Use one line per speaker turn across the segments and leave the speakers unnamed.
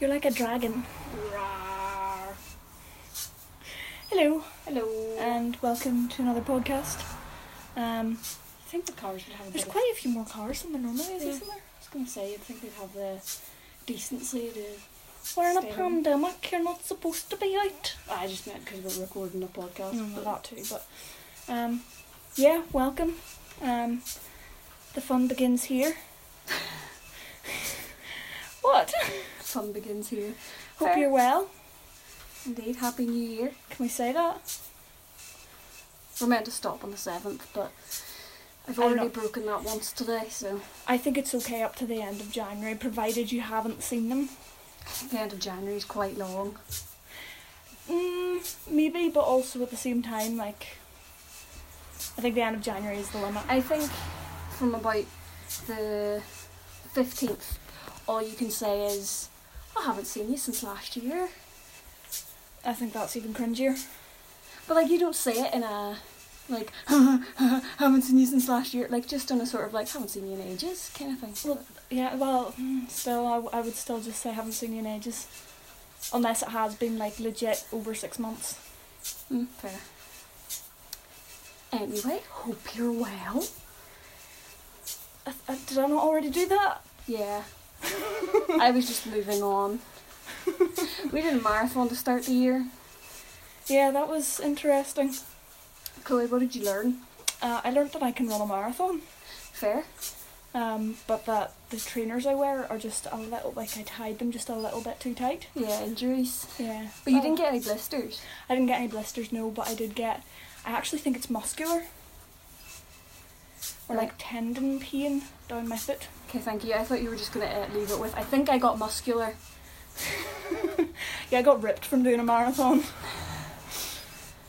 You're like a dragon.
Rawr.
Hello,
Hello.
and welcome to another podcast. Um,
I think the cars would have a
there's
bit
quite a few more cars than there normally is,
Yeah.
isn't there?
of, I was going to say, I think they'd have the decency to...
We're in a
Stay home.
pandemic. You're not supposed to be out.
I just meant because we're recording a podcast.
No, well,
but-
that too, but um, yeah, welcome. Um, the fun begins here. what?
Fun begins here.
Hope
Fair.
you're well.
Indeed, Happy New Year.
Can we say that?
We're meant to stop on the 7th, but I've
I don't
already
know.
broken that once today, so
I think it's okay up to the end of January, provided you haven't seen them.
the end of January is quite long.
Mm, maybe, but also at the same time, like, I think the end of January is the limit.
I think from about the 15th, all you can say is, I haven't seen you since last year.
I think that's even cringier.
But like you don't say it in a like haven't seen you since last year. Like just on a sort of like haven't seen you in ages kind of thing.
Well, Yeah, well, mm, still, I, w- I would still just say I haven't seen you in ages. Unless it has been, like, legit over six months.
Mm, fair. Anyway, hope you're well.
I, I, did I not already do that?
Yeah. I was just moving on. We did a marathon to start the year.
Yeah, that was interesting.
Chloe, what did you learn?
Uh, I learnt that I can run a marathon,
Fair.
um, but that the trainers I wear are just a little, like, I tied them just a little bit too tight.
Yeah, injuries.
Yeah.
But you
Oh.
didn't get any blisters.
I didn't get any blisters, no, but I did get. I actually think it's muscular. Or like
Right.
tendon pain down my foot.
Okay, thank you. I thought you were just gonna uh, leave it with. I think I got muscular.
Yeah, I got ripped from doing a marathon.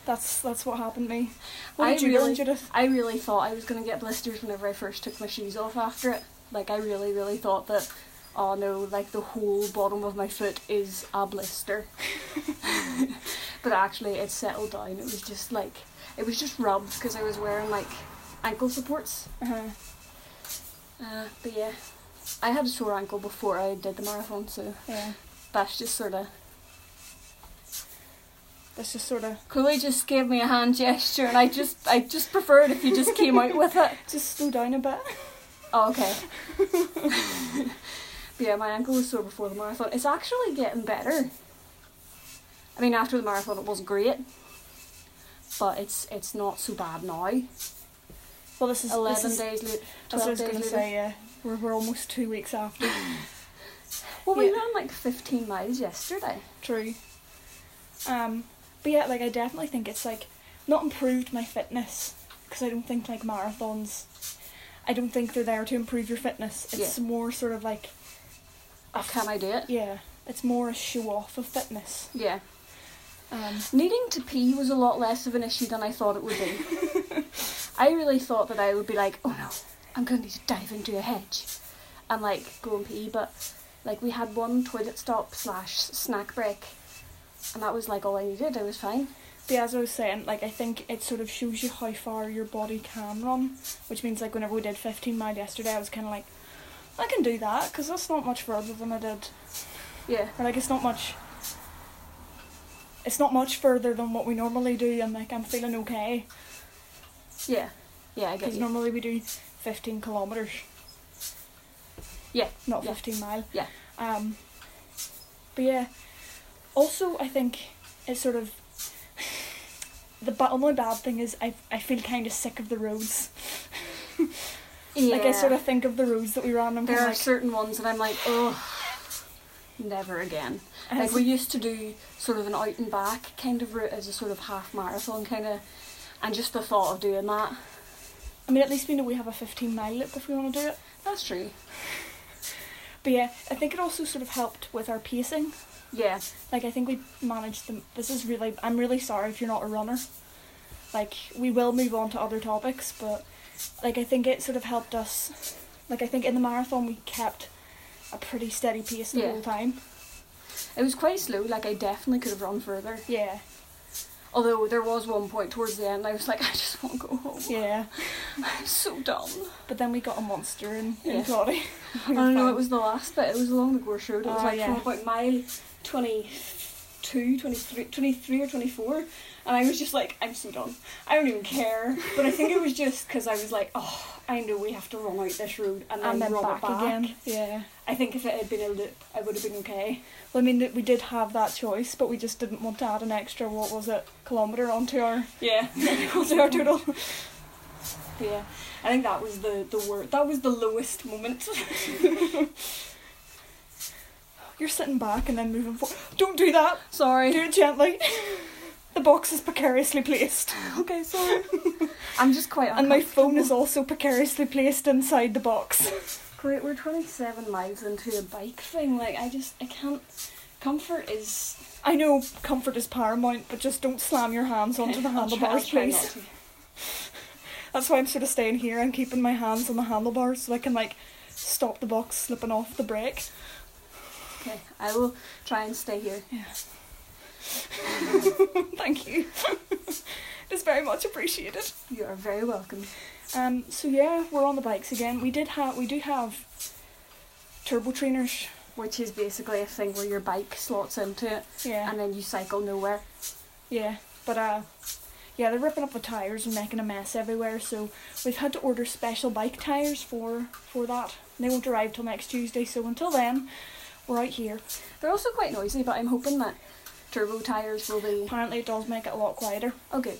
That's that's what happened to me. What
I
did you
really-
learn, Judith?
I really thought I was going to get blisters whenever I first took my shoes off after it. Like, I really, really thought that, oh no, like the whole bottom of my foot is a blister. but actually, it settled down. It was just like, it was just rubbed because I was wearing like ankle supports.
Uh-huh.
Uh, but yeah, I had a sore ankle before I did the marathon, so
Yeah,
that's just sort of.
that's just sort of
Chloe just gave me a hand gesture, and I just, I just prefer it if you just came out with it.
just slow down a bit.
Oh, okay. but yeah, my ankle was sore before the marathon. It's actually getting better. I mean, after the marathon, it was great, but it's it's not so bad now.
Well, this is
Eleven
this is,
days later,
That's what I was
twelve days
gonna
later.
say. Yeah, we're we're almost two weeks after.
Well, we
Yeah.
ran like fifteen miles yesterday.
True. Um, but yeah, like I definitely think it's like not improved my fitness because I don't think like marathons. I don't think they're there to improve your fitness. It's more sort of like a f-
Can I do it?
yeah, it's more a show off of fitness.
Yeah.
Um,
Needing to pee was a lot less of an issue than I thought it would be. I really thought that I would be like, oh no, I'm going to need to dive into a hedge and like go and pee, but like we had one toilet stop slash snack break, and that was like all I needed. I was fine.
but yeah, as I was saying, like I think it sort of shows you how far your body can run, which means like whenever we did fifteen mile yesterday, I was kind of like, I can do that because that's not much further than I did
Yeah.
Or like it's not much. It's not much further than what we normally do, and like I'm feeling okay
Yeah. Yeah, I get
because
you.
normally we do 15 kilometers.
Yeah,
Not
yeah.
15 mile.
Yeah.
Um. But yeah. Also, I think it's sort of. The ba- only bad thing is I I feel kind of sick of the roads.
yeah.
Like I sort of think of the roads that we ran. And
There
kinda
are
like,
certain ones that I'm like, oh, never again.
and
Like
it's-
we used to do sort of an out and back kind of route as a sort of half marathon kind of, and just the thought of doing that.
I mean, at least we know we have a 15 mile loop if we want to do it.
That's true.
But yeah, I think it also sort of helped with our pacing.
Yeah.
Like I think we managed them. This is really. I'm really sorry if you're not a runner. Like we will move on to other topics, but like I think it sort of helped us. Like I think in the marathon we kept a pretty steady pace the
Yeah.
whole time.
It was quite slow, like I definitely could have run further.
Yeah.
Although there was one point towards the end, I was like, I just want to go home.
Yeah,
I'm so done.
but then we got a monster in, in
Yes.
Cloddy.
I don't know, Oh, it was the last bit. It was along the Gorse Road. It was
Oh,
like
yeah.
from about mile 22, 23, 23 or 24. And I was just like, I'm so done. I don't even care. But I think it was just because I was like, oh, I know we have to run out this road and then,
and then
run
back,
it back.
again. Yeah.
I think if it had been a loop, I would have been okay.
Well, I mean, th- we did have that choice, but we just didn't want to add an extra, what was it, kilometre onto our,
Yeah.
onto our total.
Yeah, I think that was the the wor- that was the lowest moment.
You're sitting back and then moving forward. Don't do that! Do
sorry.
it gently. The box is precariously placed,
Okay, sorry. I'm just quite.
and my phone is also precariously placed inside the box.
Great, we're 27 miles into a bike thing. Like I just I can't. Comfort is.
I know comfort is paramount, but just don't slam your hands onto the
I'll try- I'll
handlebars,
try not
please.
to.
That's why I'm sort of staying here. I'm keeping my hands on the handlebars so I can like stop the box slipping off the brake.
Okay, I will try and stay here.
Thank you. it's very much appreciated.
You are very welcome.
Um, so yeah, we're on the bikes again. We did have we do have turbo trainers.
Which is basically a thing where your bike slots into it
Yeah.
and then you cycle nowhere.
Yeah, but uh, yeah, they're ripping up the tires and making a mess everywhere. So we've had to order special bike tires for for that. And they won't arrive till next Tuesday. So until then, we're out here.
They're also quite noisy, but I'm hoping that turbo tires will be.
Apparently, it does make it a lot quieter.
Oh, good.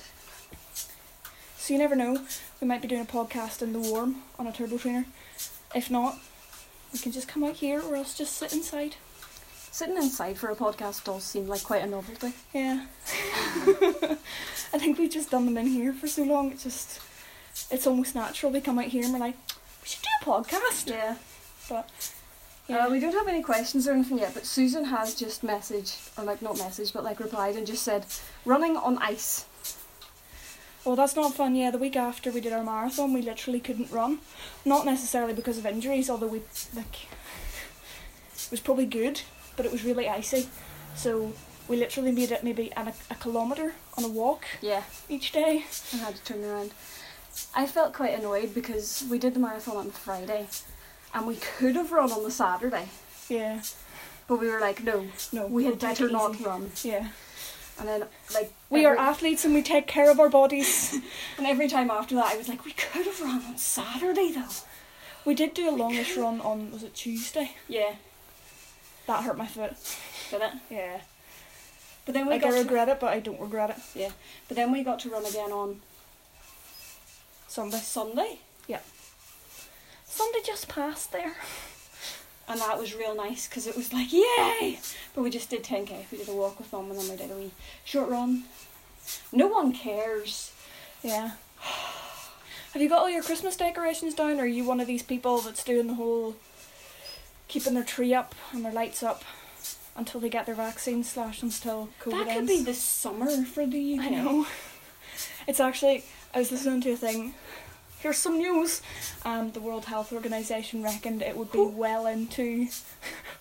So you never know. We might be doing a podcast in the warm on a turbo trainer. If not, we can just come out here, or else just sit inside.
Sitting inside for a podcast does seem like quite a novelty.
Yeah. I think we've just done them in here for so long. It just, it's almost natural. We come out here and we're like, we should do a podcast.
Yeah.
But
Uh, we don't have any questions or anything yet, but Susan has just messaged, or like not messaged, but like replied and just said, running on ice.
Well, that's not fun. Yeah, the week after we did our marathon, we literally couldn't run. Not necessarily because of injuries, although we like it was probably good, but it was really icy. So we literally made it maybe an, a kilometre on a walk
Yeah.
each day.
And had to turn around. I felt quite annoyed because we did the marathon on Friday and we could have run on the Saturday,
Yeah,
but we were like, no,
no,
we
we'll
had
take
better
it
not
easy.
run.
Yeah,
And then, like,
we are
every-
athletes and we take care of our bodies.
and every time after that, I was like, we could have run on Saturday though.
we did do a longish run on was it Tuesday?
Yeah,
That hurt my foot.
did it?
Yeah,
But then we
like
got
I
to,
regret it, but I don't regret it.
but then we got to run again on
Sunday,
Sunday,
Sunday just passed there.
and that was real nice because it was like yay but we just did 10k we did a walk with mum and then we did a wee short run no one cares
Yeah. Have you got all your Christmas decorations down, or are you one of these people that's doing the whole keeping their tree up and their lights up until they get their vaccine slash until COVID
that could
ends?
be this summer for the UK
I know. It's actually I was listening to a thing. Here's some news. Um, the World Health Organization reckoned it would be
Who?
well into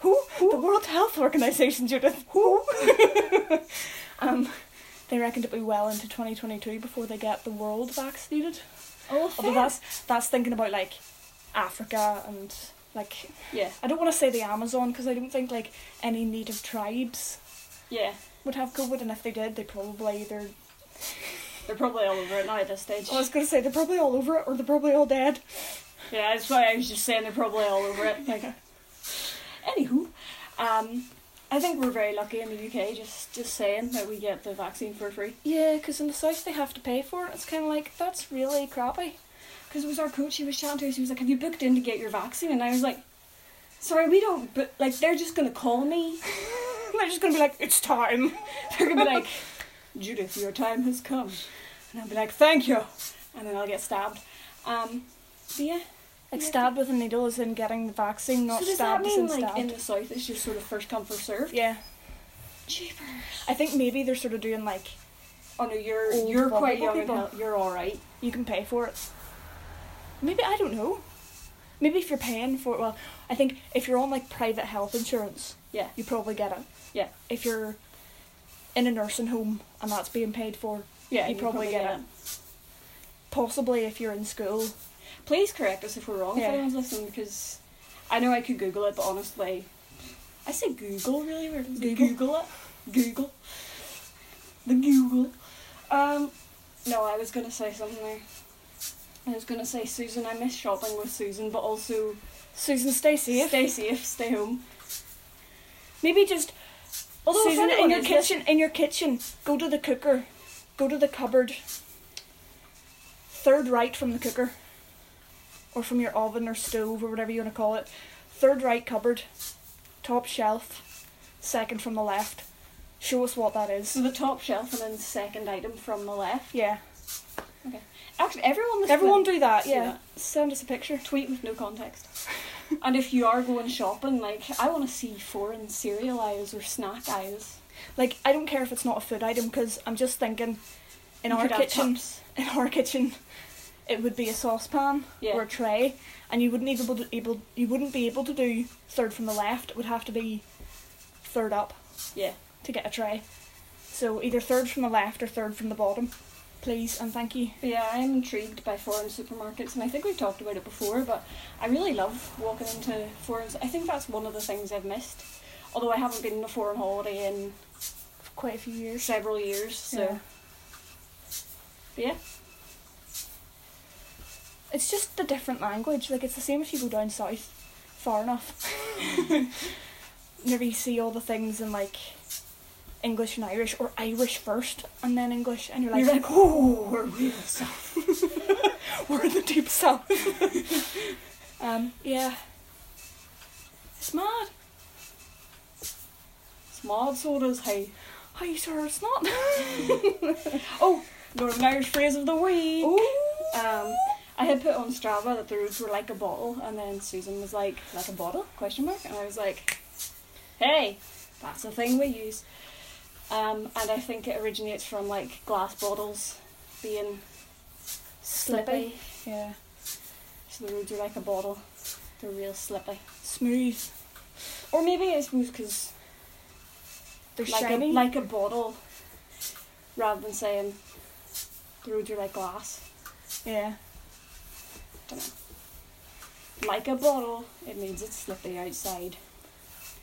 who? The World Health Organization, Judith. Who? um, they reckoned it'd be well into 2022 before they get the world vaccinated.
oh
Although that's that's thinking about like Africa and like
yeah
I don't want to say the Amazon because I don't think like any native tribes
yeah
would have COVID, and if they did, they probably either
they're probably all over it now at this stage
I was gonna say they're probably all over it, or they're probably all dead.
yeah that's why I was just saying they're probably all over it like anywho um I think we're very lucky in the UK just just saying that we get the vaccine for free
Yeah, because in the south they have to pay for it. It's kind of like that's really crappy.
because it was our coach he was chatting to us he was like have you booked in to get your vaccine and i was like sorry we don't but like they're just gonna call me
They're just gonna be like, it's time.
they're gonna be like judith your time has come and i'll be like thank you and then i'll get stabbed um but yeah
Like stabbed with a needle is in getting the vaccine, not
so does
stabbed
that
as
mean
in
like
stabbed.
in the south it's just sort of first come first served
yeah,
cheaper
I think maybe they're sort of doing like
oh no you're
Old
you're quite
vulnerable
young and
people.
hel- you're all right
you can pay for it. Maybe I don't know. Maybe if you're paying for it, well, I think if you're on like private health insurance,
Yeah.
you probably get it.
Yeah.
If you're in a nursing home and that's being paid for,
Yeah,
you
you
probably, get, it. Possibly if you're in school.
Please correct us if we're wrong,
Yeah.
if anyone's listening, because I know I could Google it, but honestly, I say Google really weird.
Google.
Google. Google it. Google. The Google. Um, no, I was gonna say something there. I was gonna say Susan. I miss shopping with Susan, but also
Susan, stay safe.
stay safe, stay home.
Maybe just
Although if
Susan, in
anyone
your
is lis-
kitchen, in your kitchen, go to the cooker, go to the cupboard. Third right from the cooker, or from your oven or stove or whatever you want to call it. Third right cupboard, top shelf, second from the left. Show us what that
so
is.
the top shelf and then second item from the left.
Yeah,
Actually, everyone. listening-
everyone do that.
Do
Yeah, send us a picture.
Tweet with no context. and if you are going shopping, like I want to see foreign cereal aisles or snack aisles.
Like I don't care if it's not a food item because I'm just thinking, in
You
our
could have
kitchen,
cups.
in our kitchen, it would be a saucepan
Yeah.
or a tray, and you wouldn't even able to, able you wouldn't be able to do third from the left. It would have to be third up
Yeah.
to get a tray. So either third from the left or third from the bottom, please and thank you.
But yeah, I'm intrigued by foreign supermarkets, and I think we've talked about it before. But I really love walking into foreign. I think that's one of the things I've missed. Although I haven't been on a foreign holiday in
For quite a few years.
several years, so
Yeah.
but yeah,
It's just a different language. Like it's the same if you go down south, far enough. Whenever you see all the things in like English and Irish, or Irish first and then English, and you're like,
you're like, oh, we're real south.
we're in the deep south. um, yeah, it's mad.
Small sodas, hey.
How you sure it's not?
Oh, Northern Irish phrase of the week.
Ooh.
Um, I had put on Strava that the roads were like a bottle, and then Susan was like, "Like a bottle?" Question mark, and I was like, "Hey, that's a thing we use." Um, and I think it originates from like glass bottles being slippy.
Yeah,
So the roads are like a bottle; they're real slippy.
smooth.
Or maybe I suppose because
They're
like a,
shiny.
like a bottle, rather than saying the roads are like glass.
yeah,
Like a bottle, it means it's slippy outside.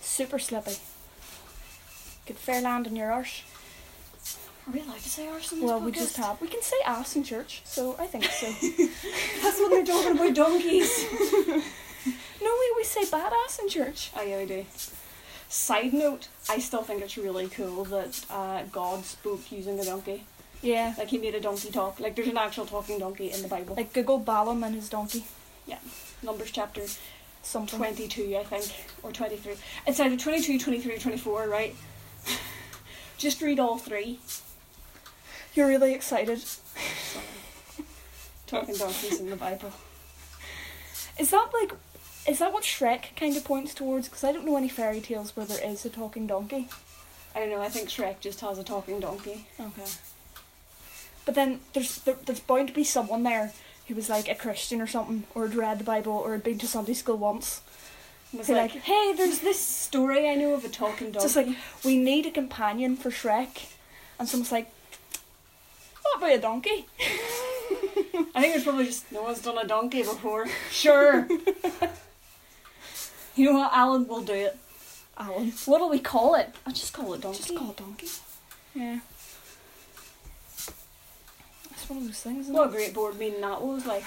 super slippy. Good fair land in your arse.
Are we allowed to say arse on this
Well, we just
podcast?
have. We can say ass in church, so I think so.
That's when they're talking about donkeys.
no, we always say badass in church.
oh yeah, we do. Side note: I still think it's really cool that uh, God spoke using a donkey.
Yeah.
Like he made a donkey talk. Like there's an actual talking donkey in the Bible.
Like Google Balaam and his donkey.
Numbers chapter
Something.
22, I think, or 23. It's either 22, 23, 24, right? Just read all three.
You're really excited.
Sorry. Talking donkeys in the Bible.
Is that like. Is that what Shrek kind of points towards? Because I don't know any fairy tales where there is a talking donkey.
I don't know. I think Shrek just has a talking donkey.
Okay. But then there's there, there's bound to be someone there who was like a Christian or something, or had read the Bible, or had been to Sunday school once.
And was
Be
like,
like,
hey, there's this story I know of a talking donkey.
Just like we need a companion for Shrek, and someone's like, "What about a donkey?"
I think it's probably just no one's done a donkey before. Sure. you know what, Alan will do it.
Alan,
What'll we call it? I'll just call it donkey.
just call it donkey. Yeah. It's one of those things. Isn't
what a
it?
great board meeting that was like.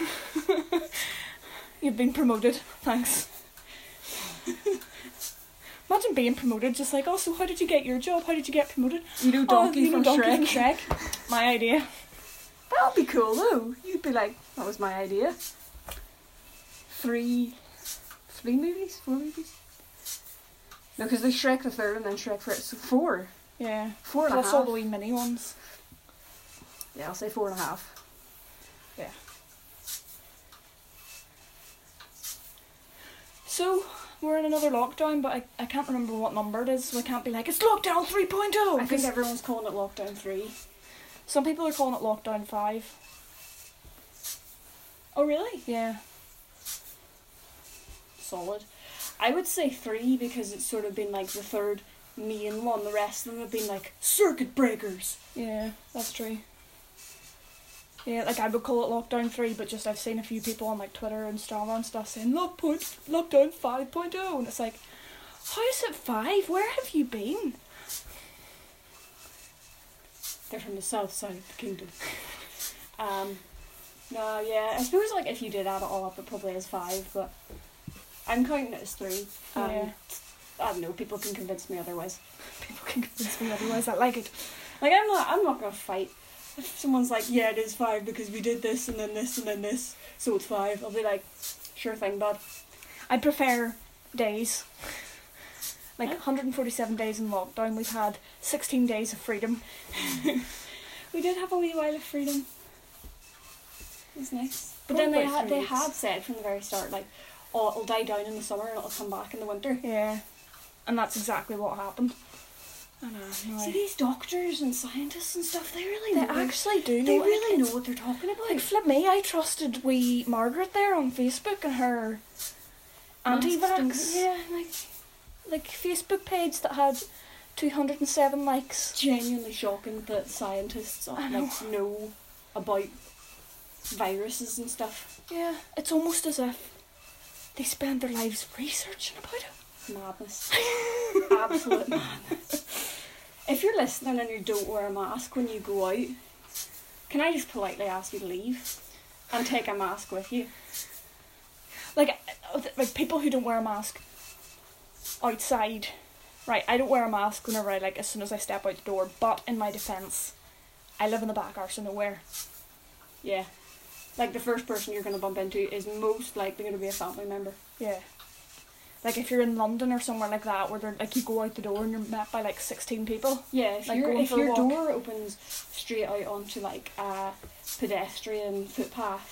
You've been promoted. Thanks. Imagine being promoted, just like, oh, so how did you get your job? How did you get promoted?
You know
Oh,
donkey
you know
from
donkey
Shrek.
from Shrek. My idea.
That'll be cool though. You'd be like, that was my idea. Three, three movies, four movies. No, because there's Shrek the third and then Shrek for so four,
Yeah.
four and a half.
Plus all the wee mini ones.
Yeah, I'll say four and a half.
So we're in another lockdown, but I, I can't remember what number it is, so I can't be like it's lockdown 3.0.
I think
'cause
everyone's calling it lockdown three.
some people are calling it lockdown five.
Oh really?
Yeah.
solid. I would say three because it's sort of been like the third main one. The rest of them have been like circuit breakers.
Yeah, that's true. Yeah, like I would call it lockdown three, but just I've seen a few people on like Twitter and Strava and stuff saying lock point, lockdown five oh!" and it's like, how is it five? Where have you been?
They're from the south side of the kingdom. Um, no, yeah, I suppose like if you did add it all up, it probably is five, but I'm counting it as three. Um,
Yeah.
I don't know. People can convince me otherwise.
People can convince me otherwise. I like it.
Like I'm not. I'm not gonna fight. If someone's like, "Yeah, it is five because we did this and then this and then this, so it's five, I'll be like, "Sure thing, bud."
I prefer days. Like
Yeah.
147 days in lockdown, we've had 16 days of freedom.
We did have a wee while of freedom. It was nice. But
Probably
then they
about
had
three
they
weeks.
had said from the very start like, "Oh, it'll die down in the summer and it'll come back in the winter."
Yeah, and that's exactly what happened. I know.
See
no.
these doctors and scientists and stuff. They really
They
know.
actually do know.
they
like,
really
it's-
know what they're talking about.
Like flip me, I trusted wee Margaret there on Facebook and her anti-vax.
Masks, don't- Yeah, like
Like Facebook page that had two hundred and seven likes.
genuinely shocking that scientists
I
like
know.
know. about viruses and stuff.
Yeah, it's almost as if they spend their lives researching about it.
Madness. Absolute madness. If you're listening and you don't wear a mask when you go out, can I just politely ask you to leave and take a mask with you?
like uh, like people who don't wear a mask outside right i don't wear a mask whenever i like as soon as i step out the door but in my defense i live in the back arse of nowhere
Yeah. Like the first person you're going to bump into is most likely going to be a family member.
yeah like if you're in london or somewhere like that where they're like you go out the door and you're met by like 16 people
Yeah, if,
Like
your
going
if
for a
your
walk.
door opens straight out onto like a pedestrian footpath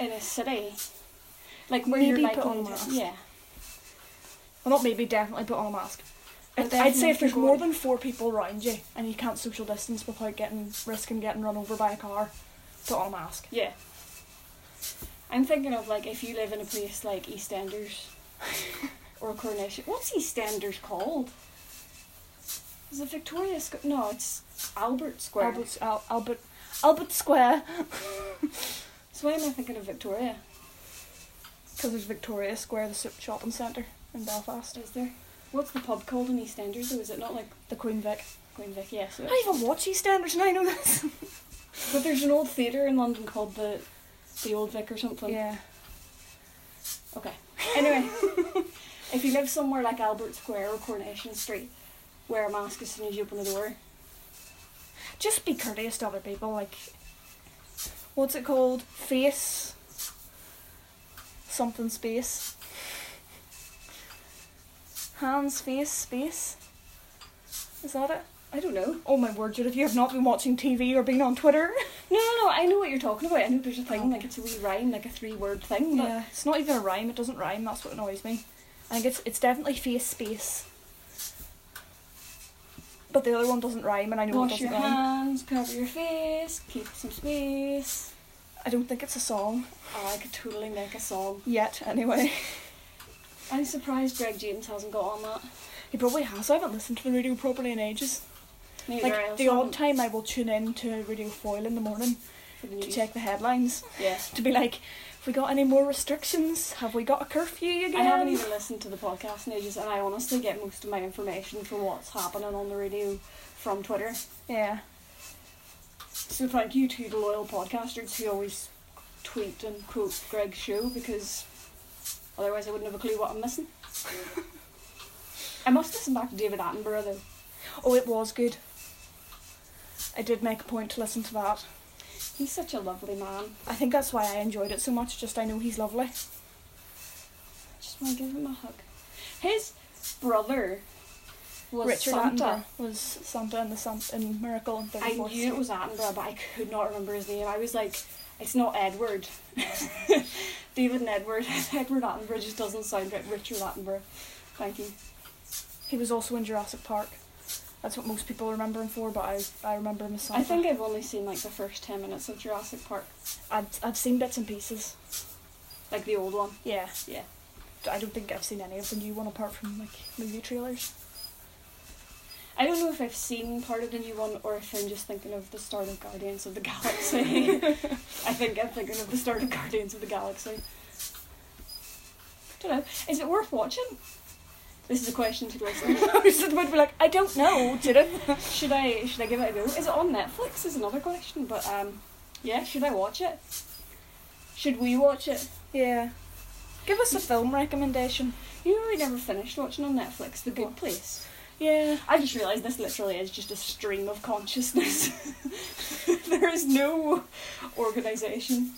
in a city, like where
Maybe
you're like
put on a
going to-
mask.
yeah,
well not maybe definitely put on a mask
But
If- I'd say
definitely
if
if
there's
you're
more
going-
than four people around you and you can't social distance without getting risking getting run over by a car, put on a mask.
yeah. I'm thinking of like if you live in a place like EastEnders or Coronation. What's EastEnders called? Is it Victoria Square? No, it's Albert Square.
Albert, Al- Albert, Albert Square,
So why am I thinking of Victoria?
because there's Victoria Square, the sup- shopping centre in Belfast.
Is there? What's the pub called in EastEnders? Or is it not like
The Queen Vic.
Queen Vic? Yeah, so
I
it's-
don't even watch EastEnders and I know this.
But there's an old theatre in London called the the Old Vic or something.
yeah.
Okay. Anyway, if you live somewhere like Albert Square or Coronation Street, wear a mask as soon as you open the door.
Just be courteous to other people. Like, what's it called? Face. Something space. Hands, face, space. Is that it?
I don't know.
Oh my word, Judith, you have not been watching TV or been on Twitter.
No, no, no. I know what you're talking about. I know there's a thing like it's a wee rhyme, like a three-word thing. But
Yeah, it's not even a rhyme. It doesn't rhyme. That's what annoys me. I think it's it's definitely face space. But the other one doesn't rhyme, and I know it
wash
doesn't
your
rhyme.
hands, cover your face, keep some space.
I don't think it's a song
Oh, I could totally make a song.
yet. Anyway,
I'm surprised Greg James hasn't got on that.
he probably has. I haven't listened to the radio properly in ages.
Neither I
Like the
also
odd time, I will tune in to Radio Foil in the morning
haven't for the
to
news.
check the headlines
Yeah.
to be like, have we got any more restrictions? Have we got a curfew again?
I haven't even listened to the podcast in ages, and I honestly get most of my information from what's happening on the radio from Twitter.
Yeah,
So thank you to the loyal podcasters who always tweet and quote Greg's show because otherwise I wouldn't have a clue what I'm missing. I must listen back to David Attenborough though.
oh, it was good. I did make a point to listen to that.
He's such a lovely man.
I think that's why I enjoyed it so much. Just I know he's lovely.
I just want to give him a hug. His brother was
Richard
Santa.
Attenborough was Santa in the San- in Miracle and
I
Thirty Fourth.
knew it was Attenborough, but I could not remember his name. I was like, it's not Edward. David and Edward. Edward Attenborough just doesn't sound right. Richard Attenborough. Thank you.
He was also in Jurassic Park. That's what most people remember him for, but I I remember him as Santa.
I think I've only seen like the first 10 minutes of Jurassic Park.
I've I've seen bits and pieces.
Like the old one.
Yeah,
Yeah.
I don't think I've seen any of the new one apart from like movie trailers. I don't know if I've seen part of the new one or if I'm just thinking of the start of Guardians of the Galaxy. I think I'm thinking of the start of Guardians of the Galaxy. Don't know. Is it worth watching?
This is a question to the listeners.
Most would be like, I don't know, Judith.
should I should I give it a go? Is it on Netflix? Is another question. But um, yeah, should I watch it? Should we watch it?
Yeah. Give us a film recommendation.
You know, I never finished watching on Netflix. The Good
What?
Place.
Yeah.
I just realised this literally is just a stream of consciousness. there is no organisation.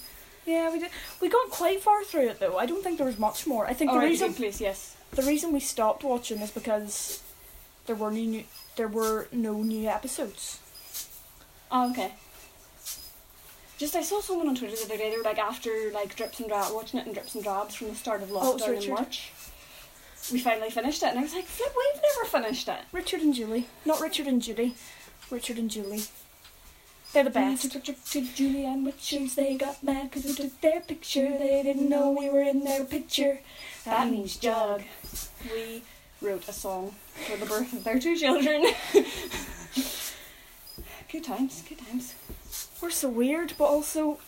Yeah, we did. We got quite far through it though. I don't think there was much more. I think
All
the
right, The
reason
Good Place. Yes.
the reason we stopped watching is because there were new, new there were no new episodes.
Oh, okay. Just I saw someone on Twitter the other day. They were like after like drips and drabs, watching it in drips and drabs from the start of
Oh, it's
lockdown in
Richard.
March. We finally finished it, and I was like, "Flip, we've never finished it."
Richard and Julie, not Richard and Judy, Richard and Julie. They're the best.
To, to, to Julianne with shoes, they got mad because we took their picture. They didn't know we were in their picture. That means jug. We wrote a song for the birth of their two children. good times, good times.
We're so weird, but also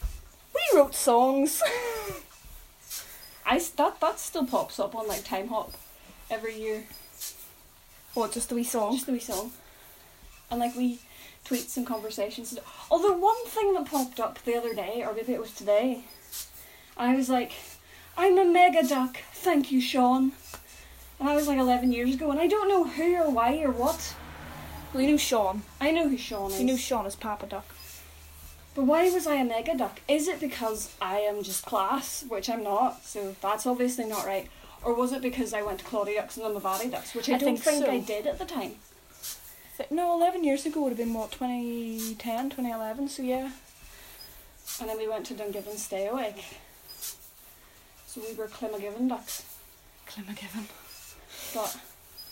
we wrote songs.
I s- that that still pops up on like Time Hop every year.
What, just the wee songs?
Just the wee song. And like we tweets and conversations. Although one thing that popped up the other day, or maybe it was today, I was like, I'm a mega duck, thank you, Sean. And I was like 11 years ago, and I don't know who or why or what.
Well, you knew Sean.
I know who Sean is.
You knew Sean as Papa Duck.
But why was I a mega duck? Is it because I am just class, which I'm not, so that's obviously not right. Or was it because I went to Claudia Ducks and the Mavati Ducks, which I,
I
don't
think
think
so.
I did at the time.
Th- No, 11 years ago would have been, what, 2010, 2011, so yeah.
And then we went to Dungiven Stay Awake. So we were Climagiven ducks.
Climagiven.
But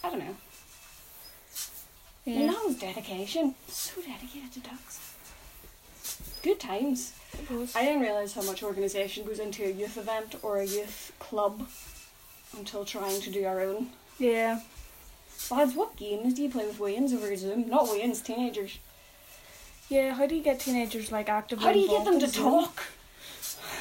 I don't know.
Yeah.
And that was dedication. So dedicated to ducks. Good times.
It was.
I didn't realise how much organisation goes into a youth event or a youth club until trying to do our own.
yeah.
Lads, what games do you play with Wayans over Zoom? Not Wayans, teenagers.
Yeah, how do you get teenagers, like, actively
How do you get
involved
them
in
to
Zoom?
talk?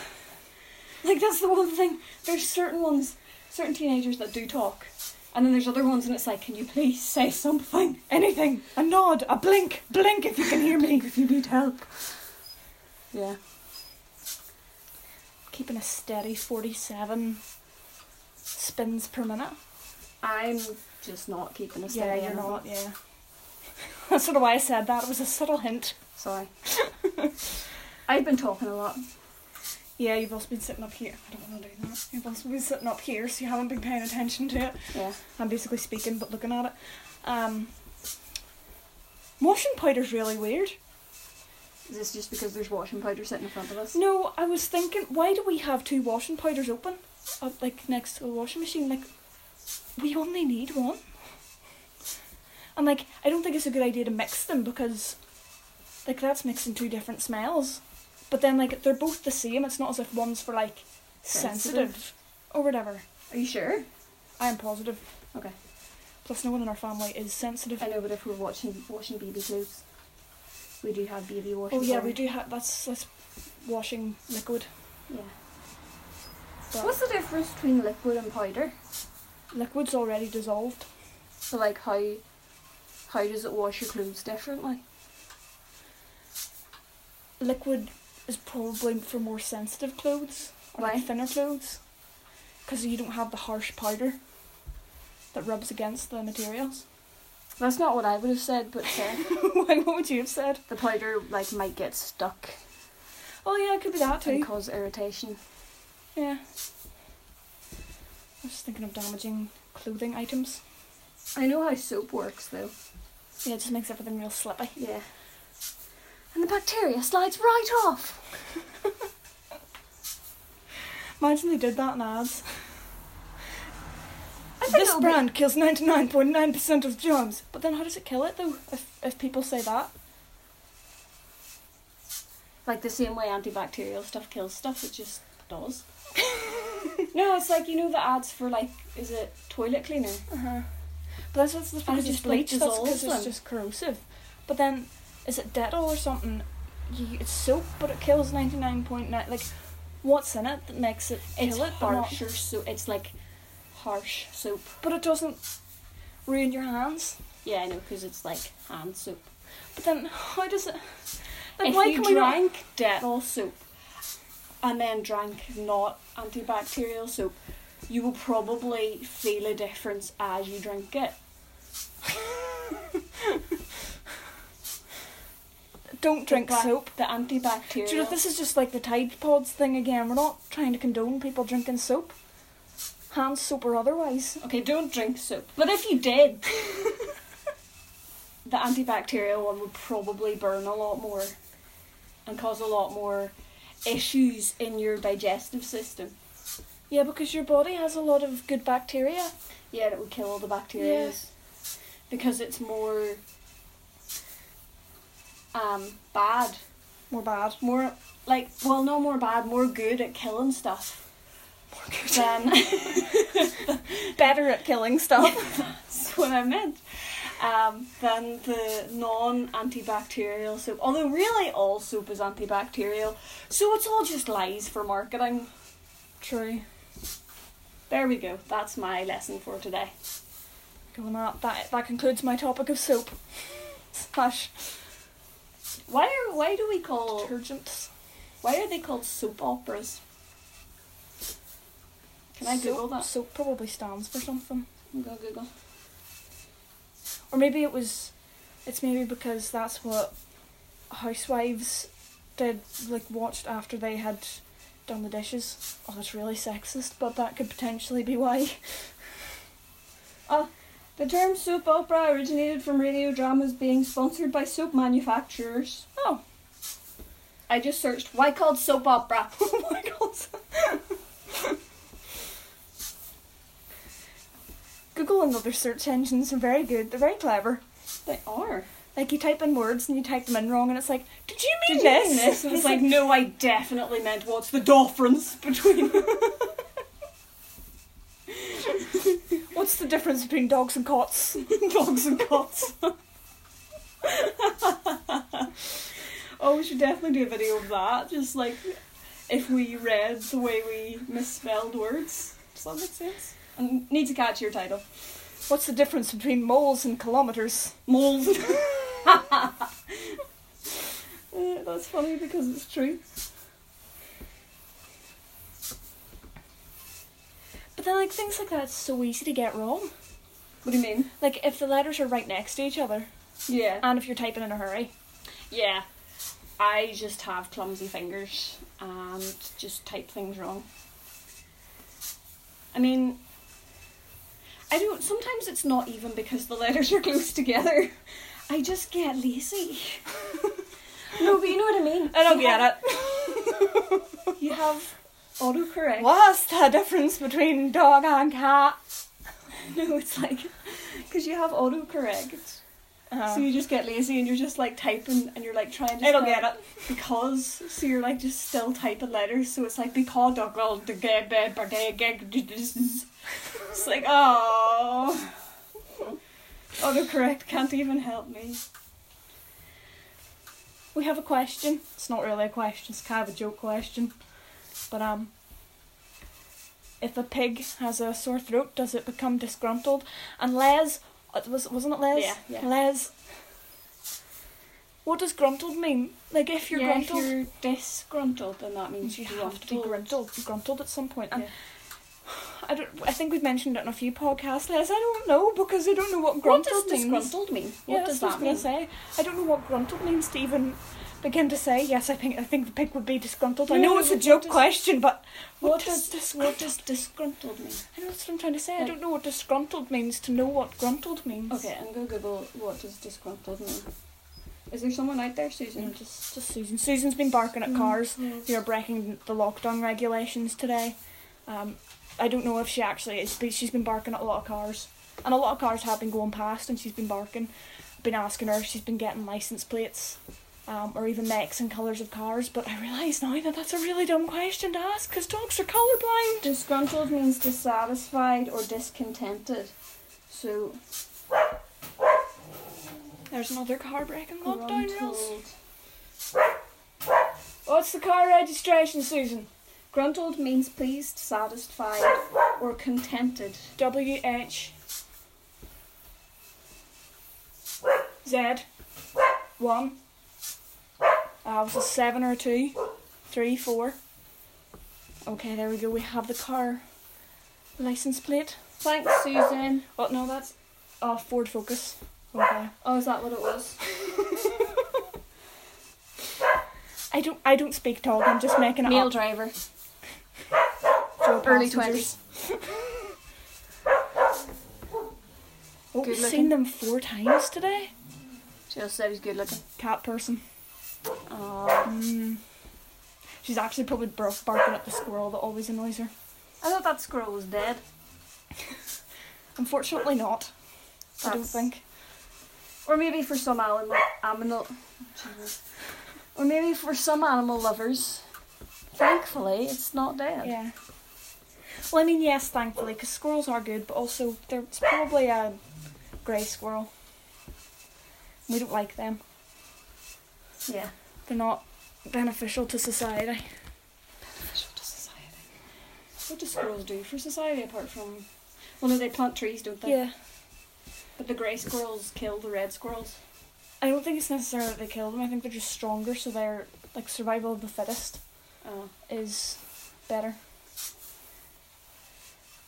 Like that's the one thing. There's certain ones, certain teenagers that do talk, and then there's other ones, and it's like, can you please say something?
Anything. A nod, a blink. Blink if you can hear me.
If you need help. Yeah.
Keeping a steady 47 spins per minute.
I'm just not keeping a
yeah,
steady.
you're
interval.
not, yeah. That's sort of why I said that. It was a subtle hint.
Sorry. I've been talking a lot.
Yeah, you've also been sitting up here. I don't want to do that. You've also been sitting up here, so you haven't been paying attention to it.
Yeah.
I'm basically speaking but looking at it. Um, washing powder's really weird.
Is this just because there's washing powder sitting in front of us?
No, I was thinking, why do we have two washing powders open, up, like next to the washing machine? Like, we only need one. And like, I don't think it's a good idea to mix them because, like, that's mixing two different smells. But then like, they're both the same. It's not as if one's for like sensitive,
Sensitive.
or whatever.
Are you sure?
I am positive.
Okay.
Plus, no one in our family is sensitive.
I know, but if we're watching washing baby clothes, we do have baby washing.
Oh yeah,
powder.
we do have that's that's washing liquid.
Yeah.
But
What's the difference between liquid and powder?
liquid's already dissolved.
So like how how does it wash your clothes differently?
Liquid is probably for more sensitive clothes or like
Why?
thinner clothes, because you don't have the harsh powder that rubs against the materials.
That's not what I would have said, but fair.
Why? What would you have said?
the powder like might get stuck
Oh yeah, it could be that
and
too.
cause irritation.
Yeah. I was just thinking of damaging clothing items.
I know how soap works though.
Yeah, it just makes everything real slippy.
Yeah. And the bacteria slides right off.
Imagine they did that in ads.
I think
This
it'll be-
brand kills 99.9% of germs. But then how does it kill it though, if, if people say that?
Like the same way antibacterial stuff kills stuff, it just does. no, it's like you know the ads for like is it toilet cleaner?
Uh-huh. But that's, that's, that's
And it
because it's
just, like,
bleach. That's
dissolves
because it's
them.
just corrosive. But then, is it Dettol or something? You, it's soap, but it kills ninety nine point nine. Like, what's in it that makes it
It's
kill it? but not-
harsher, so it's like harsh soap.
but it doesn't ruin your hands.
Yeah, I know, because it's like um, hand soap.
But then, how does it? Like,
If
why
you
can we not?
drank Dettol soap and then drank not antibacterial soap, you will probably feel a difference as you drink it.
Don't drink
the bac-
soap.
The antibacterial.
Do you know, this is just like the Tide Pods thing again. We're not trying to condone people drinking soap, hand soap or otherwise.
Okay, don't drink soap. But if you did, the antibacterial one would probably burn a lot more and cause a lot more issues in your digestive system.
Yeah, because your body has a lot of good bacteria.
Yeah, and it would kill all the bacteria. Because it's more um bad.
More bad.
More like well no more bad, more good at killing stuff than
Better at killing stuff.
That's what I meant. Um, than the non-antibacterial soap. Although really all soap is antibacterial, so it's all just lies for marketing.
True.
There we go. That's my lesson for today.
Go on that. That that concludes my topic of soap. Slash
Why are why do we call
detergents.
why are they called soap operas? Can I
soap,
Google that?
Soap probably stands for something.
I'm gonna Google.
Or maybe it was it's maybe because that's what housewives did like watched after they had done the dishes. Oh that's really sexist, but that could potentially be why.
The term soap opera originated from radio dramas being sponsored by soap manufacturers.
Oh.
I just searched why called soap opera.
oh my god. Google and other search engines are very good. They're very clever.
they are.
Like you type in words and you type them in wrong, and it's like, did you mean
Did you
this?
mean this? And it's like, no, I definitely meant what's the difference between.
what's the difference between dogs and cats?
dogs and cats. oh, we should definitely do a video of that. Just like if we read the way we misspelled words. Does that make sense? And need to catch your title.
What's the difference between moles and kilometers?
Moles. Uh, that's funny because it's true.
But then, like things like that's so easy to get wrong.
What do you mean?
Like if the letters are right next to each other,
Yeah.
and if you're typing in a hurry.
Yeah. I just have clumsy fingers and just type things wrong. I mean, I don't. Sometimes it's not even because the letters are close together. I just get lazy. no, but you know what I mean.
I don't
You
get
have-
it.
You have autocorrect.
What's the difference between dog and cat?
No, it's like because you have autocorrect.
Uh,
So you just get lazy and you're just like typing and you're like trying to.
I don't
spell-
get it.
because so you're like just still typing letters so it's like because of all the gay bed per day gig it's like oh autocorrect can't even help me
We have a question. It's not really a question, it's kind of a joke question. But um if a pig has a sore throat, does it become disgruntled? And Les uh, was wasn't it Les?
Yeah, yeah.
Les What does gruntled mean? Like if you're
yeah, if
gruntled
you're disgruntled then that means
you have to be gruntled, gruntled at some point. And
Yeah.
I don't I think we've mentioned it in a few podcasts, Les. I don't know because I don't know what
what
gruntled
does
means.
disgruntled mean
Yeah,
what
that's
does that
what I
mean
was gonna say? I don't know what gruntled means to even begin to say. Yes, I think I think the pig would be disgruntled. I
No,
know
no,
it's a
but what
joke
does-
question, but what,
what
does
does
disgruntled?
what does disgruntled mean
I know that's what I'm trying to say. I
Like-
don't know what disgruntled means to know what gruntled means.
okay i'm gonna google what does disgruntled mean is there someone out there
You know,
susan
just just Susan. Susan's been barking
Hmm.
at cars. You're breaking the lockdown regulations today. Um, I don't know if she actually is, but she's been barking at a lot of cars, and a lot of cars have been going past, and she's been barking. Been asking her if she's been getting license plates, um, or even necks and colours of cars. But I realise now that that's a really dumb question to ask because dogs are colourblind.
Disgruntled means dissatisfied or discontented. So
There's another car breaking lockdown rules.
Gruntled.
What's the car registration, Susan?
Gruntled means pleased, satisfied, or contented.
W H Z one. Ah, was a seven or a two, three, four. Okay, there we go. We have the car license plate.
Thanks, Susan.
Oh no, that's oh Ford Focus. Okay.
Oh, is that what it was?
I don't. I don't speak dog. I'm just making it
Male
up.
driver.
for
Early
passengers.
20s.
Oh, we've
Good looking.
seen them four times today.
Just said he's good looking.
Cat person.
Aw.
Mm. She's actually probably bar- barking at the squirrel that always annoys her.
I thought that squirrel was dead.
Unfortunately, not. I don't
That's-
think.
Or maybe for some animal, animal, Jesus. or maybe for some animal lovers. Thankfully, it's not dead.
Yeah. Well, I mean, yes, thankfully, because squirrels are good, but also there's probably a grey squirrel. We don't like them.
Yeah.
They're not beneficial to society.
Beneficial to society. What do squirrels do for society apart from? Well, no, they plant trees, don't they?
Yeah.
But the grey squirrels kill the red squirrels.
I don't think it's necessary that they kill them. I think they're just stronger, so their like survival of the fittest
Oh,
is better.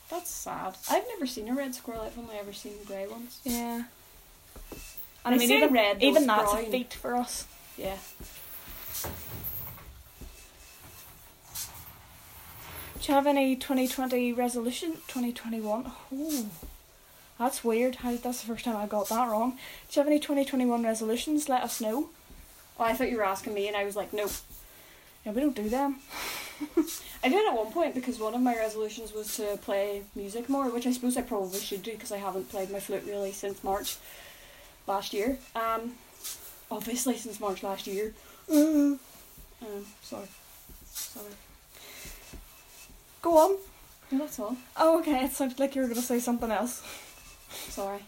that's sad. I've never seen a red squirrel. I've only ever seen grey ones.
Yeah.
I mean, even red was
even that's a
brown.
feat for us.
Yeah.
Do you have any 2020 resolution? 2021? Ooh. That's weird. How, that's the first time I got that wrong. Do you have any 2021 resolutions? Let us know.
Oh, I thought you were asking me, and I was like, nope.
Yeah, we don't do them.
I did at one point because one of my resolutions was to play music more, which I suppose I probably should do because I haven't played my flute really since March last year. Um, obviously since March last year.
Mm.
Um, sorry, sorry.
Go on.
No, that's all.
Oh, okay. It sounded like you were going to say something else.
Sorry.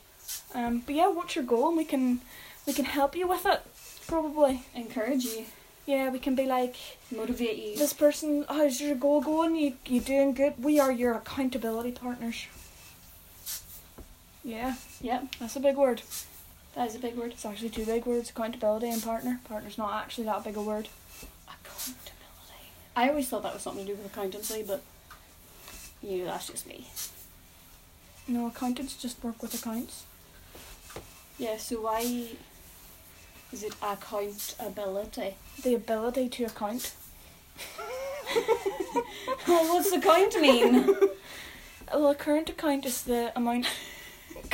Um, but yeah, what's your goal? And we can, we can help you with it. Probably.
Encourage you,
Yeah, we can be like,
motivate you.
this person, how's your goal going? You, you doing good? We are your accountability partners. Yeah,
Yep,
that's a big word.
that is a big word.
It's actually two big words accountability and partner. Partner's not actually that big a word.
Accountability. I always thought that was something to do with accountancy, but you know that's just me.
No, accountants just work with accounts.
Yeah. So why is it accountability?
The ability to account.
well, what's the count mean?
Well, a current account is the amount.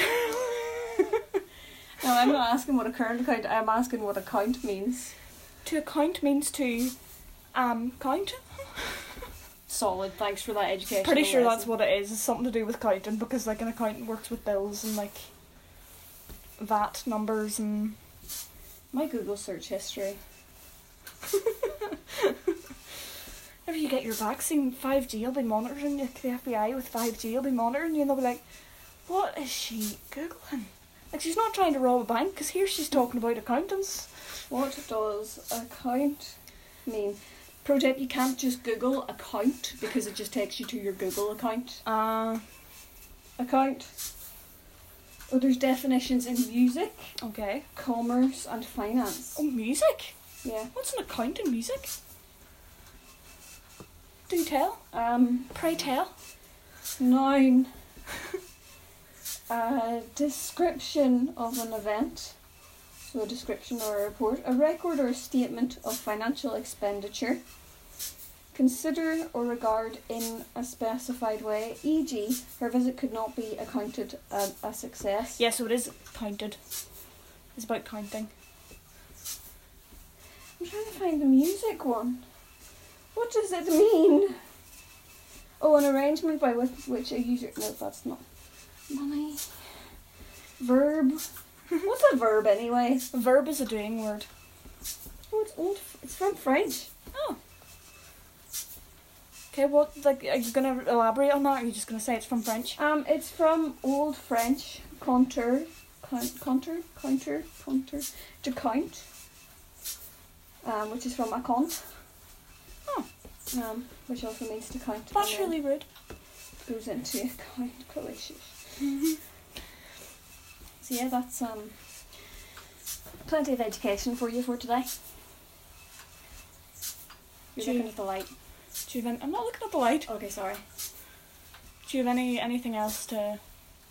No, I'm not asking what a current account. I'm asking what a count means.
to account means to um count.
Solid. Thanks for that education.
Pretty sure that's what it is. It's something to do with counting because like an accountant works with bills and like VAT numbers and
my Google search history.
Whenever you get your vaccine, 5G will be monitoring you. The FBI with 5G will be monitoring you, and they'll be like, what is she Googling? Like, she's not trying to rob a bank, because here she's talking about accountants.
What does a count mean? Pro tip: You can't just Google account because it just takes you to your Google account.
Uh,
Account. Oh, there's definitions in music,
okay.
commerce, and finance.
Oh, music?
Yeah.
What's an account in music? Do tell.
Um.
Pray tell.
Noun. a description of an event. So a description or a report. A record or a statement of financial expenditure. Consider or regard in a specified way, e.g., her visit could not be accounted a, a success.
Yeah, so it is counted. It's about counting.
I'm trying to find the music one. What does it mean? Oh, an arrangement by with which a user. No, that's not. Money. Verb. What's a verb anyway?
A verb is a doing word.
Oh, it's old. It's from French.
Oh. Okay, what, like, are you going to elaborate on that, or are you just going to say it's from French?
Um, it's from Old French. Contour. count, counter, counter, counter, to count, um, which is from a count.
Oh.
Um, which also means to count. and
That's
then
really rude.
goes into account Croatia. so yeah, that's um plenty of education for you for today. You're
Do you-
looking at the light.
Do you have any, I'm not looking at the light.
Okay, sorry.
Do you have any anything else to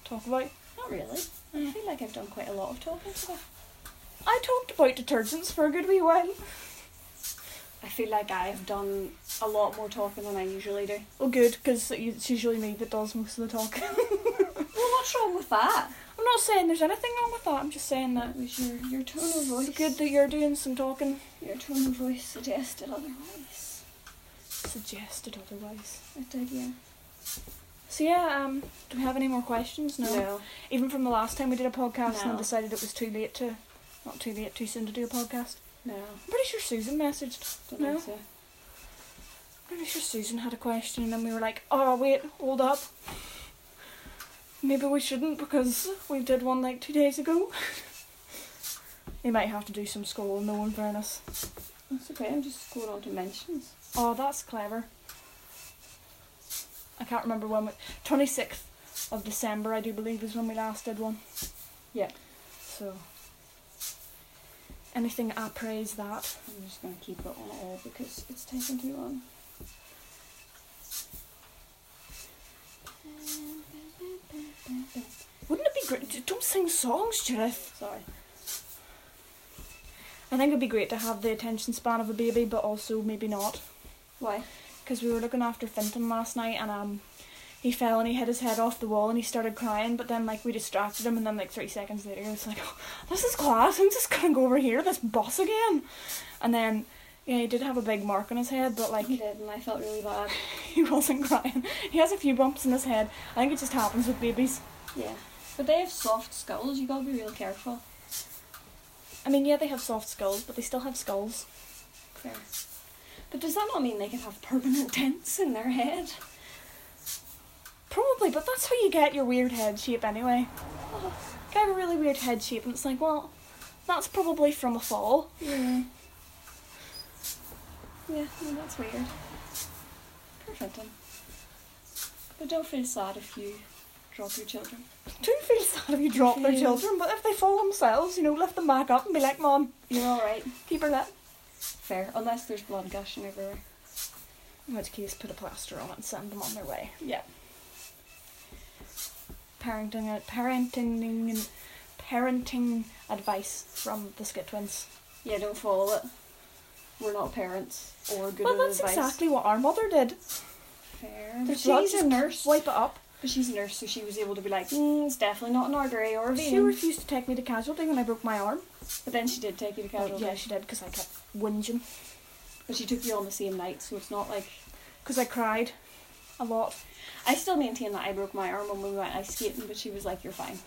talk about?
Not really. I feel like I've done quite a lot of talking today.
I talked about detergents for a good wee while.
I feel like I've done a lot more talking than I usually do.
Well, Oh, good, because it's usually me that does most of the talking.
Well, what's wrong with that?
I'm not saying there's anything wrong with that. I'm just saying that
That was your, your tone of voice.
it's good that you're doing some talking.
Your tone of voice suggested otherwise.
Suggested otherwise.
It did, yeah.
So yeah, um, do we have any more questions? No. Even from the last time we did a podcast and
No.
then decided it was too late to, not too late, too soon to do a podcast.
No. no.
I'm pretty sure Susan messaged.
Don't
No.
think so.
I'm pretty sure Susan had a question and then we were like, oh wait, hold up. Maybe we shouldn't because we did one like two days ago. they might have to do some school, no in fairness.
That's okay, I'm just going on to mentions.
Oh, that's clever. I can't remember when. We, 26th of December, I do believe, is when we last did one.
Yeah.
So. Anything I praise that.
I'm just going to keep it on all because it's taking too long.
Wouldn't it be great? d- Don't sing songs, Judith.
Sorry.
I think it'd be great to have the attention span of a baby, but also maybe not.
Why?
Because we were looking after Finton last night and um, he fell and he hit his head off the wall and he started crying, but then like we distracted him and then like three seconds later he was like, oh, this is class, I'm just gonna go over here, this bus again. And then, yeah, he did have a big mark on his head, but like
He did, and I felt really bad.
he wasn't crying. He has a few bumps in his head. I think it just happens with babies.
Yeah. But they have soft skulls, you gotta be real careful.
I mean, yeah, they have soft skulls, but they still have skulls.
Fair. But does that not mean they can have permanent dents in their head?
Probably, but that's how you get your weird head shape anyway.
Oh,
Like, I have a really weird head shape, and it's like, well, that's probably from a fall.
yeah. Yeah, no, that's weird. Perfect then. But don't feel sad if you drop your children.
Do feel sad if you drop their
Yeah.
children, but if they fall themselves, you know, lift them back up and be like, Mom,
You're alright.
keep her lit.
Fair, unless there's blood gushing everywhere.
In which case, put a plaster on it and send them on their way.
Yeah.
Parenting, ad- parenting, parenting advice from the Skit Twins.
Yeah, don't follow it. We're not parents or good
Well,
at
that's
advice.
exactly what our mother did.
Fair.
Their
But
blood
she's a
just
nurse.
Wipe it up.
But she's a nurse, so she was able to be like, mm, it's definitely not an artery or a vein.
She refused to take me to casualty when I broke my arm.
But then she did take you to
Well,
casualty.
yeah, she did because I kept whinging
But she took you on the same night, so it's not like.
because I cried a lot.
I still maintain that I broke my arm when we went ice skating, but she was like, you're fine.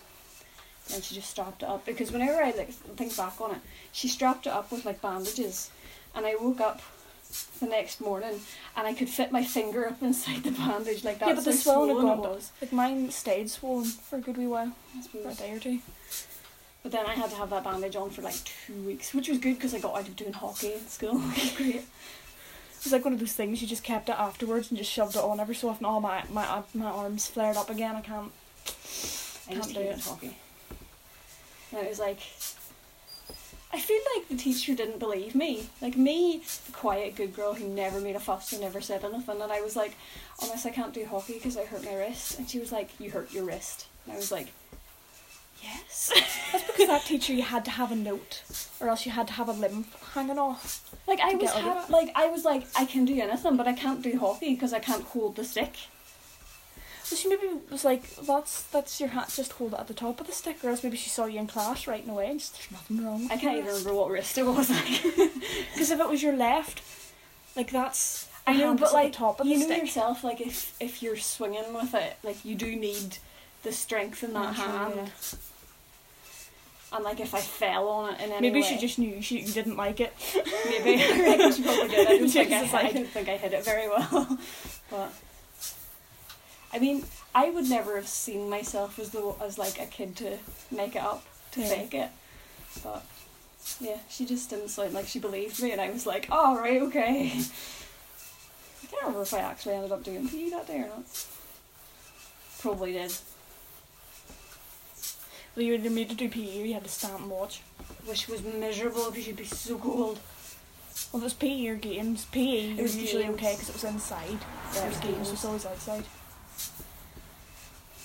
And she just strapped it up because whenever I like think back on it, she strapped it up with like bandages, and I woke up the next morning and I could fit my finger up inside the bandage like that.
yeah, but the
so
swelling had
swollen
gone.
it
but,
was.
Like mine stayed swollen for a good wee while,
I
for a
suppose.
day or two.
But then I had to have that bandage on for like two weeks, which was good because I got out of doing hockey in school. Great.
It was like one of those things you just kept it afterwards and just shoved it on every so often. All my my my arms flared up again. I can't.
I
Can't
just
do
hated
it.
hockey. And it was like, I feel like the teacher didn't believe me. Like me, the quiet good girl who never made a fuss who never said anything, and I was like, honest, I can't do hockey because I hurt my wrist. And she was like, you hurt your wrist. And I was like, yes.
That's because that teacher you had to have a note, or else you had to have a limb hanging off.
like I
To
was
get out of
ha- like I was like I can do anything, but I can't do hockey because I can't hold the stick.
So she maybe was like, "That's that's your hat. Just hold it at the top of the stick." Or else maybe she saw you in class right away and just there's nothing wrong.
I can't even remember what wrist it was. Like
Because if it was your left, like that's
I know,
hand
but
is at the
like
top of
you
the
know
stick.
yourself, like if if you're swinging with it, like you do need the strength in that
Naturally,
hand. And like if I fell on it in any
Maybe
way,
she just knew she you didn't like it.
maybe I reckon she probably did. I don't
She
think
was
I,
just
I
like-
don't think I hit it very well, but I mean I would never have seen myself as the as like a kid to make it up. to
Yeah.
fake it. But yeah, she just didn't sound like she believed me, and I was like, all right, okay. I can't remember if I actually ended up doing PE that day or not. Probably did.
Well, you either made to do PE or you had to stand and watch.
Which was miserable because you'd be so cold.
Well, if it was PE or games. PE
It
was
was
usually
games.
okay because it was inside.
Yeah,
It was games, it was always outside.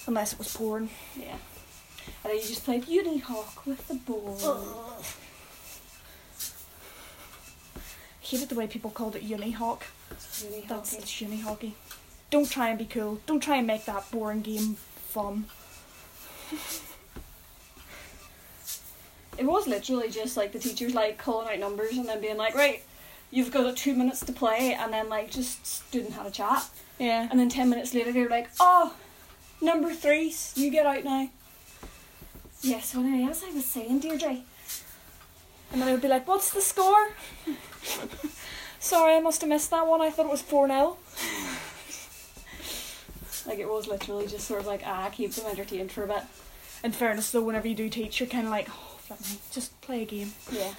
Unless it was porn.
Yeah. And then you just play Beauty Hawk with the ball.
Oh. Hated the way people called it uni hawk.
Beauty
That's
Hawk.
it's uni hockey. Don't try and be cool. Don't try and make that boring game fun.
It was literally just like the teachers like calling out numbers and then being like, right, you've got two minutes to play, and then like just student had a chat,
Yeah.
and then ten minutes later they were like, oh, number threes, you get out now. Yes, what anyway, as I was saying, Deirdre,
And then I would be like, what's the score? Sorry, I must have missed that one. I thought it was 4 0.
like it was literally just sort of like ah, keep them entertained for a bit.
In fairness, though, whenever you do teach, you're kind of like, oh, flip me. just play a game.
Yeah.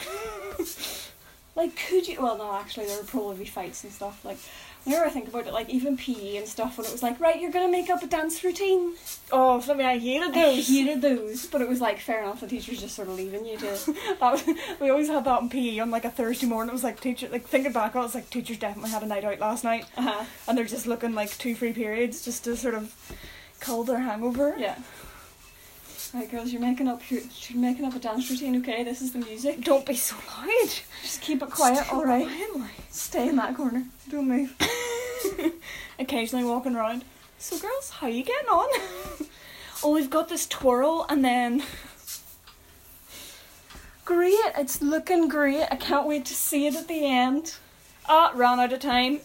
like, could you? Well, no, actually, there would probably be fights and stuff. Like, whenever I think about it, like even PE and stuff, when it was like, right, you're gonna make up a dance routine.
Oh, flip me, I hated
I
those.
hated those, but it was like fair enough. The teacher's just sort of leaving you to.
that was, we always had that in PE on like a Thursday morning. It was like, teacher, like thinking back on it, it's like, teachers definitely had a night out last night.
Uh-huh.
And they're just looking like two free periods just to sort of cull their hangover.
Yeah. Right, girls, you're making up your, you're making up a dance routine. Okay, this is the music.
Don't be so loud.
Just keep it quiet, all right? Stay in that corner.
Don't move. Occasionally walking around. So, girls, how you getting on? oh, we've got this twirl, and then
Great, it's looking great. I can't wait to see it at the end.
ah, ran out of time.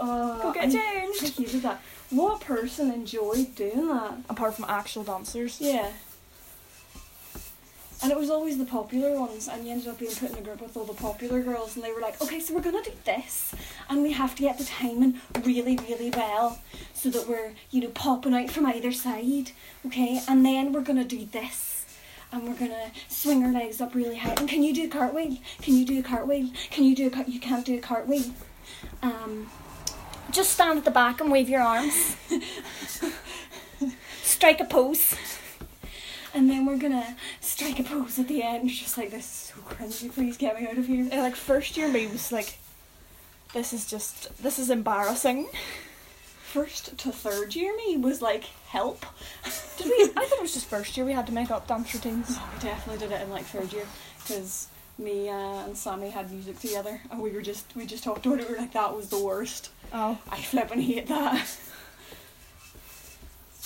Uh,
Go get
and- I
changed.
hated that. What person enjoyed doing that?
Apart from actual dancers,
Yeah. And it was always the popular ones, and you ended up being put in a group with all the popular girls, and they were like, okay, so we're gonna do this, and we have to get the timing really, really well, so that we're, you know, popping out from either side, okay? And then we're gonna do this, and we're gonna swing our legs up really high. And can you do a cartwheel? Can you do a cartwheel? Can you do a cart? You can't do a cartwheel. Um,
just stand at the back and wave your arms. Strike a pose.
and then we're gonna strike a pose at the end. Just like this is so cringy. Please get me out of here.
And, like first year me was like, this is just this is embarrassing.
first to third year me was like help.
Did we? I thought it was just first year we had to make up dance routines.
I definitely did it in like third year because me uh, and Sammy had music together and we were just we just talked about it. We were like that was the worst.
Oh
I flippin' hate that.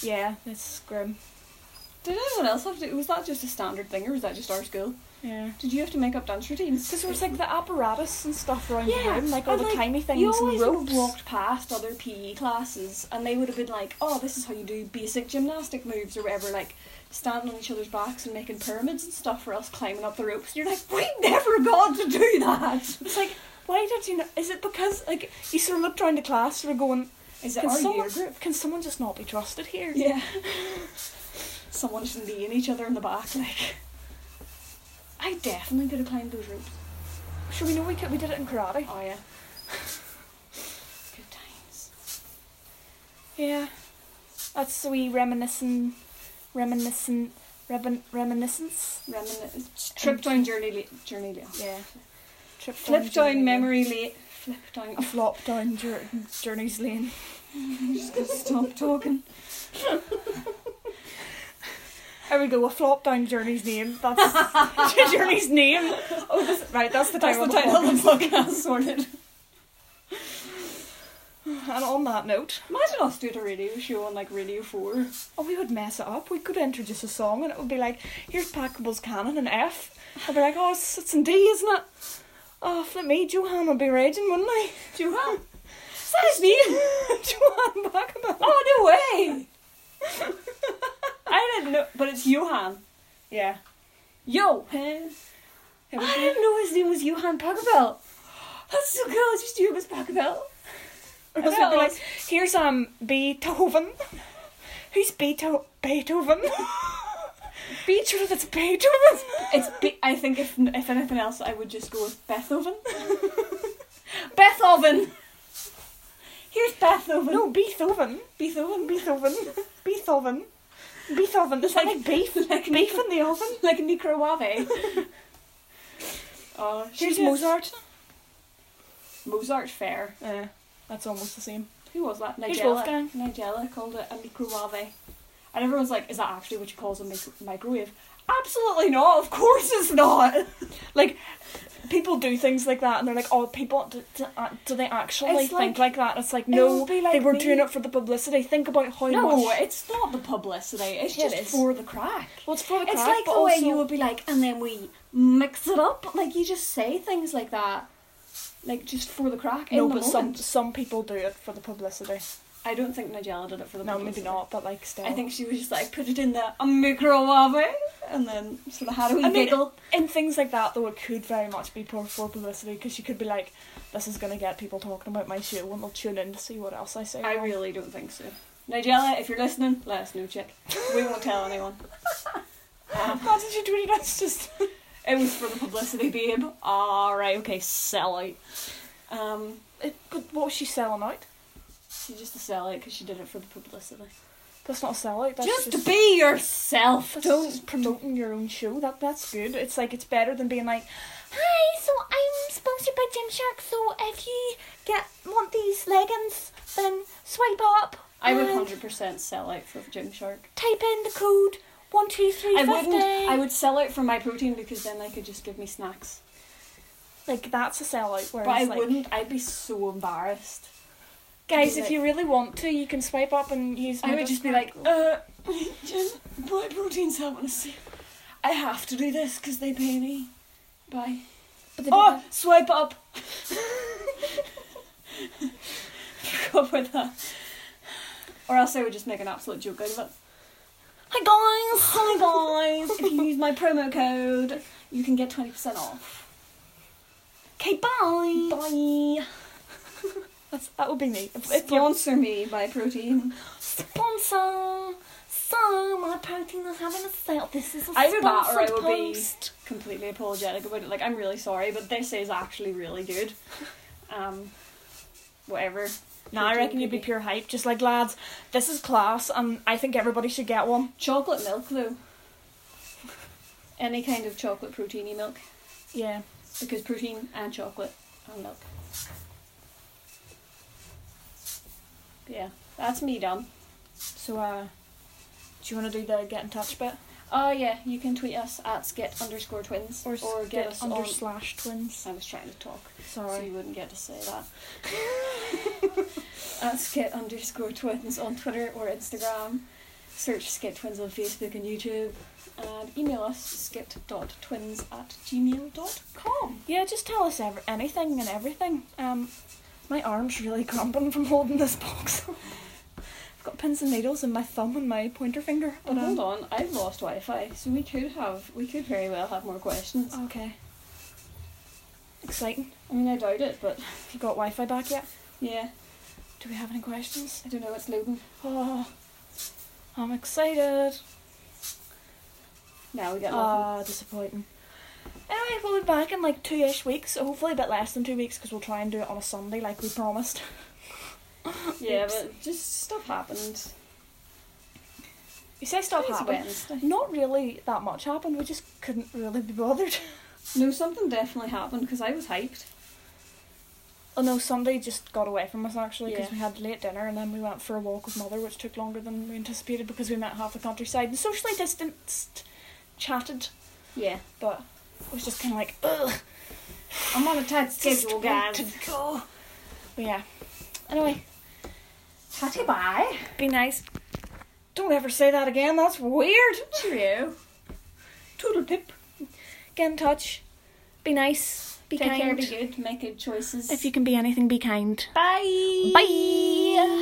yeah, it's grim.
Did anyone else have to? Was that just a standard thing or was that just our school?
Yeah.
Did you have to make up dance routines?
Because there was like the apparatus and stuff around
Yeah,
the room, like all
and,
the
like,
tiny things
You always
and
would
ropes.
have walked past other PE classes and they would have been like, oh, this is how you do basic gymnastic moves or whatever, like standing on each other's backs and making pyramids and stuff for us climbing up the ropes. And you're like, we never got to do that.
It's like, why did you not? Is it because like you sort of looked around the class, sort of going,
Is it
can
our
someone,
year group?
can someone just not be trusted here?
Yeah. Someone just kneeing each other in the back, like. I definitely could have climbed those ropes.
Sure, we know we could, we did it in karate.
Oh, yeah. Good times.
Yeah, that's we reminiscing, reminiscing, remin, reminiscence.
Reminisce. Trip down journey late. Journey late.
Yeah, trip
Flip
journey
down
lane.
memory lane. Flip down.
A flop down jour- journey's lane.
I'm just gonna stop talking.
There we go. A flop down journey's name. That's journey's name. Oh, this, right. That's the
That's
title.
the
of
title
the
of the podcast. Sorted.
podcast. And on that note.
Imagine us doing a radio show on like Radio Four.
Oh, we would mess it up. We could introduce a song and it would be like, here's Packable's Cannon in F. I'd be like, oh, it's, it's in D, isn't it? Oh, flip me, Johan would be raging, wouldn't I?
Johan.
Says me! Johan Packable.
Oh no way! I didn't know, but it's Johan.
Yeah.
Yo,
It would
I
be-
didn't know his name was Johan Pachelbel. That's so cool. I just knew it was Pachelbel.
Or else it'd be like, here's um Beethoven. Who's Beetho- Beethoven? Beach sure that's Beethoven.
It's. Be- I think if if anything else, I would just go with Bethoven. Bethoven. Here's Bethoven.
No, Beethoven.
Bethoven.
Beethoven. Beethoven. Beethoven. Is that like beef?
Like
Beef in the oven?
like Nicaraguave. Oh, she
Here's
did-
Mozart.
Mozart Fair.
Yeah, that's almost the same.
Who was that?
Here's
Nigella.
Wolfgang.
Nigella called it a microwave. And everyone's like, is that actually what you call a mic- microwave? Absolutely not. Of course it's not.
Like, people do things like that, and they're like, "Oh, people, do, do, uh, do they actually
It's
think like
like-
that?" It's like,
it
no,
would be like
they were
me.
doing it for the publicity. Think about how
No,
much.
it's not the publicity. It's
Yeah, it
just
is.
for the crack.
Well, it's for the
it's
crack,
like
but
the
also,
way you would be like, and then we mix it up. Like you just say things like that, like just for the crack.
no,
in the
but some
moment.
some people do it for the publicity.
I don't think Nigella did it for the.
No, maybe
publicity.
not, but like still.
I think she was just like put it in the a microwave, and then sort of had a wee
I mean,
giggle.
in things like that, though, it could very much be poor for publicity because you could be like, "This is gonna get people talking about my show, and they'll tune in to see what else I say."
I really don't think so. Nigella, if you're listening, let us know, chick. We won't tell anyone. Um,
Imagine she tweeted us just.
It was for the publicity, babe. All right, okay, sell it. Um,
It, but what was she selling out?
she just a sell it because she did it for the publicity.
That's not a sellout. That's
just,
just,
to be yourself.
that's
Don't.
just promoting your own show. That that's good. It's like it's better than being like, "Hi, so I'm sponsored by Gymshark. So if you get want these leggings, then swipe up.
I would
and
hundred percent sell out for Gymshark.
type in the code one two three
I
fifty.
wouldn't. I would sell out for my protein because then they could just give me snacks.
Like that's a sellout. Whereas
But I
like,
wouldn't. I'd be so embarrassed.
guys,
be
if
like-
you really want to, you can swipe up and use.
I
my
would just be like,
discount code.
uh, Jim, my protein's helping us. I have to do this because they pay me. Bye.
But they don't
Oh, swipe up. Forgot about that. Or else I would just make an absolute joke out of it. Hi guys, hi guys. if you use my promo code, you can get twenty percent off. Okay, bye. Bye.
That's, that would be me. If, if you're
Sponsor me, my protein.
sponsor, so my protein is having a sale. This is a
Either that or I
sponsored
would be
post.
completely apologetic about it. Like, I'm really sorry, but this is actually really good. Um, whatever.
Nah, I
Protein
reckon you'd be
cookie.
pure hype. Just like lads, this is class, and I think everybody should get one.
Chocolate milk, though. Any kind of chocolate proteiny milk.
Yeah.
Because protein and chocolate and milk. Yeah, that's me done.
So, uh, do you want to do the get in touch bit
Oh, yeah, you can tweet us at skit underscore twins
or,
or,
s-
get,
get
us
under
on.
slash twins?
I was trying to talk, so
Sorry.
you wouldn't get to say that. at skit underscore twins on Twitter or Instagram. Search skit twins on Facebook and YouTube. And email us skit.twins at gmail.com.
Yeah, just tell us ever anything and everything. Um, my arm's really cramping from holding this box. I've got pins and needles in my thumb and my pointer finger.
But
But um,
Oh, hold on, I've lost Wi-Fi, so we could have, we could very well have more questions.
Okay. Exciting.
I mean, I doubt it, but
Have you got Wi-Fi back yet?
yeah,
Do we have any questions?
I don't know. It's loading.
Oh, I'm excited.
Now we got nothing.
Ah, disappointing. Anyway, we'll be back in like two-ish weeks, so hopefully a bit less than two weeks, because we'll try and do it on a Sunday, like we promised.
yeah,
Ah, oops.
but just stuff happened.
You say stuff
Today's
happened.
Wednesday.
Not really that much happened. We just couldn't really be bothered.
No, something definitely happened because I was hyped.
Oh no, Sunday just got away from us actually because
Yeah.
we had late dinner and then we went for a walk with mother, which took longer than we anticipated because we met half the countryside and socially distanced, chatted,
Yeah,
but it was just kind of like ugh.
I'm on a tight
just
schedule,
want to
guys.
go. But yeah. Anyway,
Tatty bye.
be nice. Don't ever say that again. That's weird.
Cheerio. Toodle pip.
Get in touch. Be nice. Be
Take
kind.
care. Be good. Make good choices.
if you can be anything, be kind.
bye.
Bye.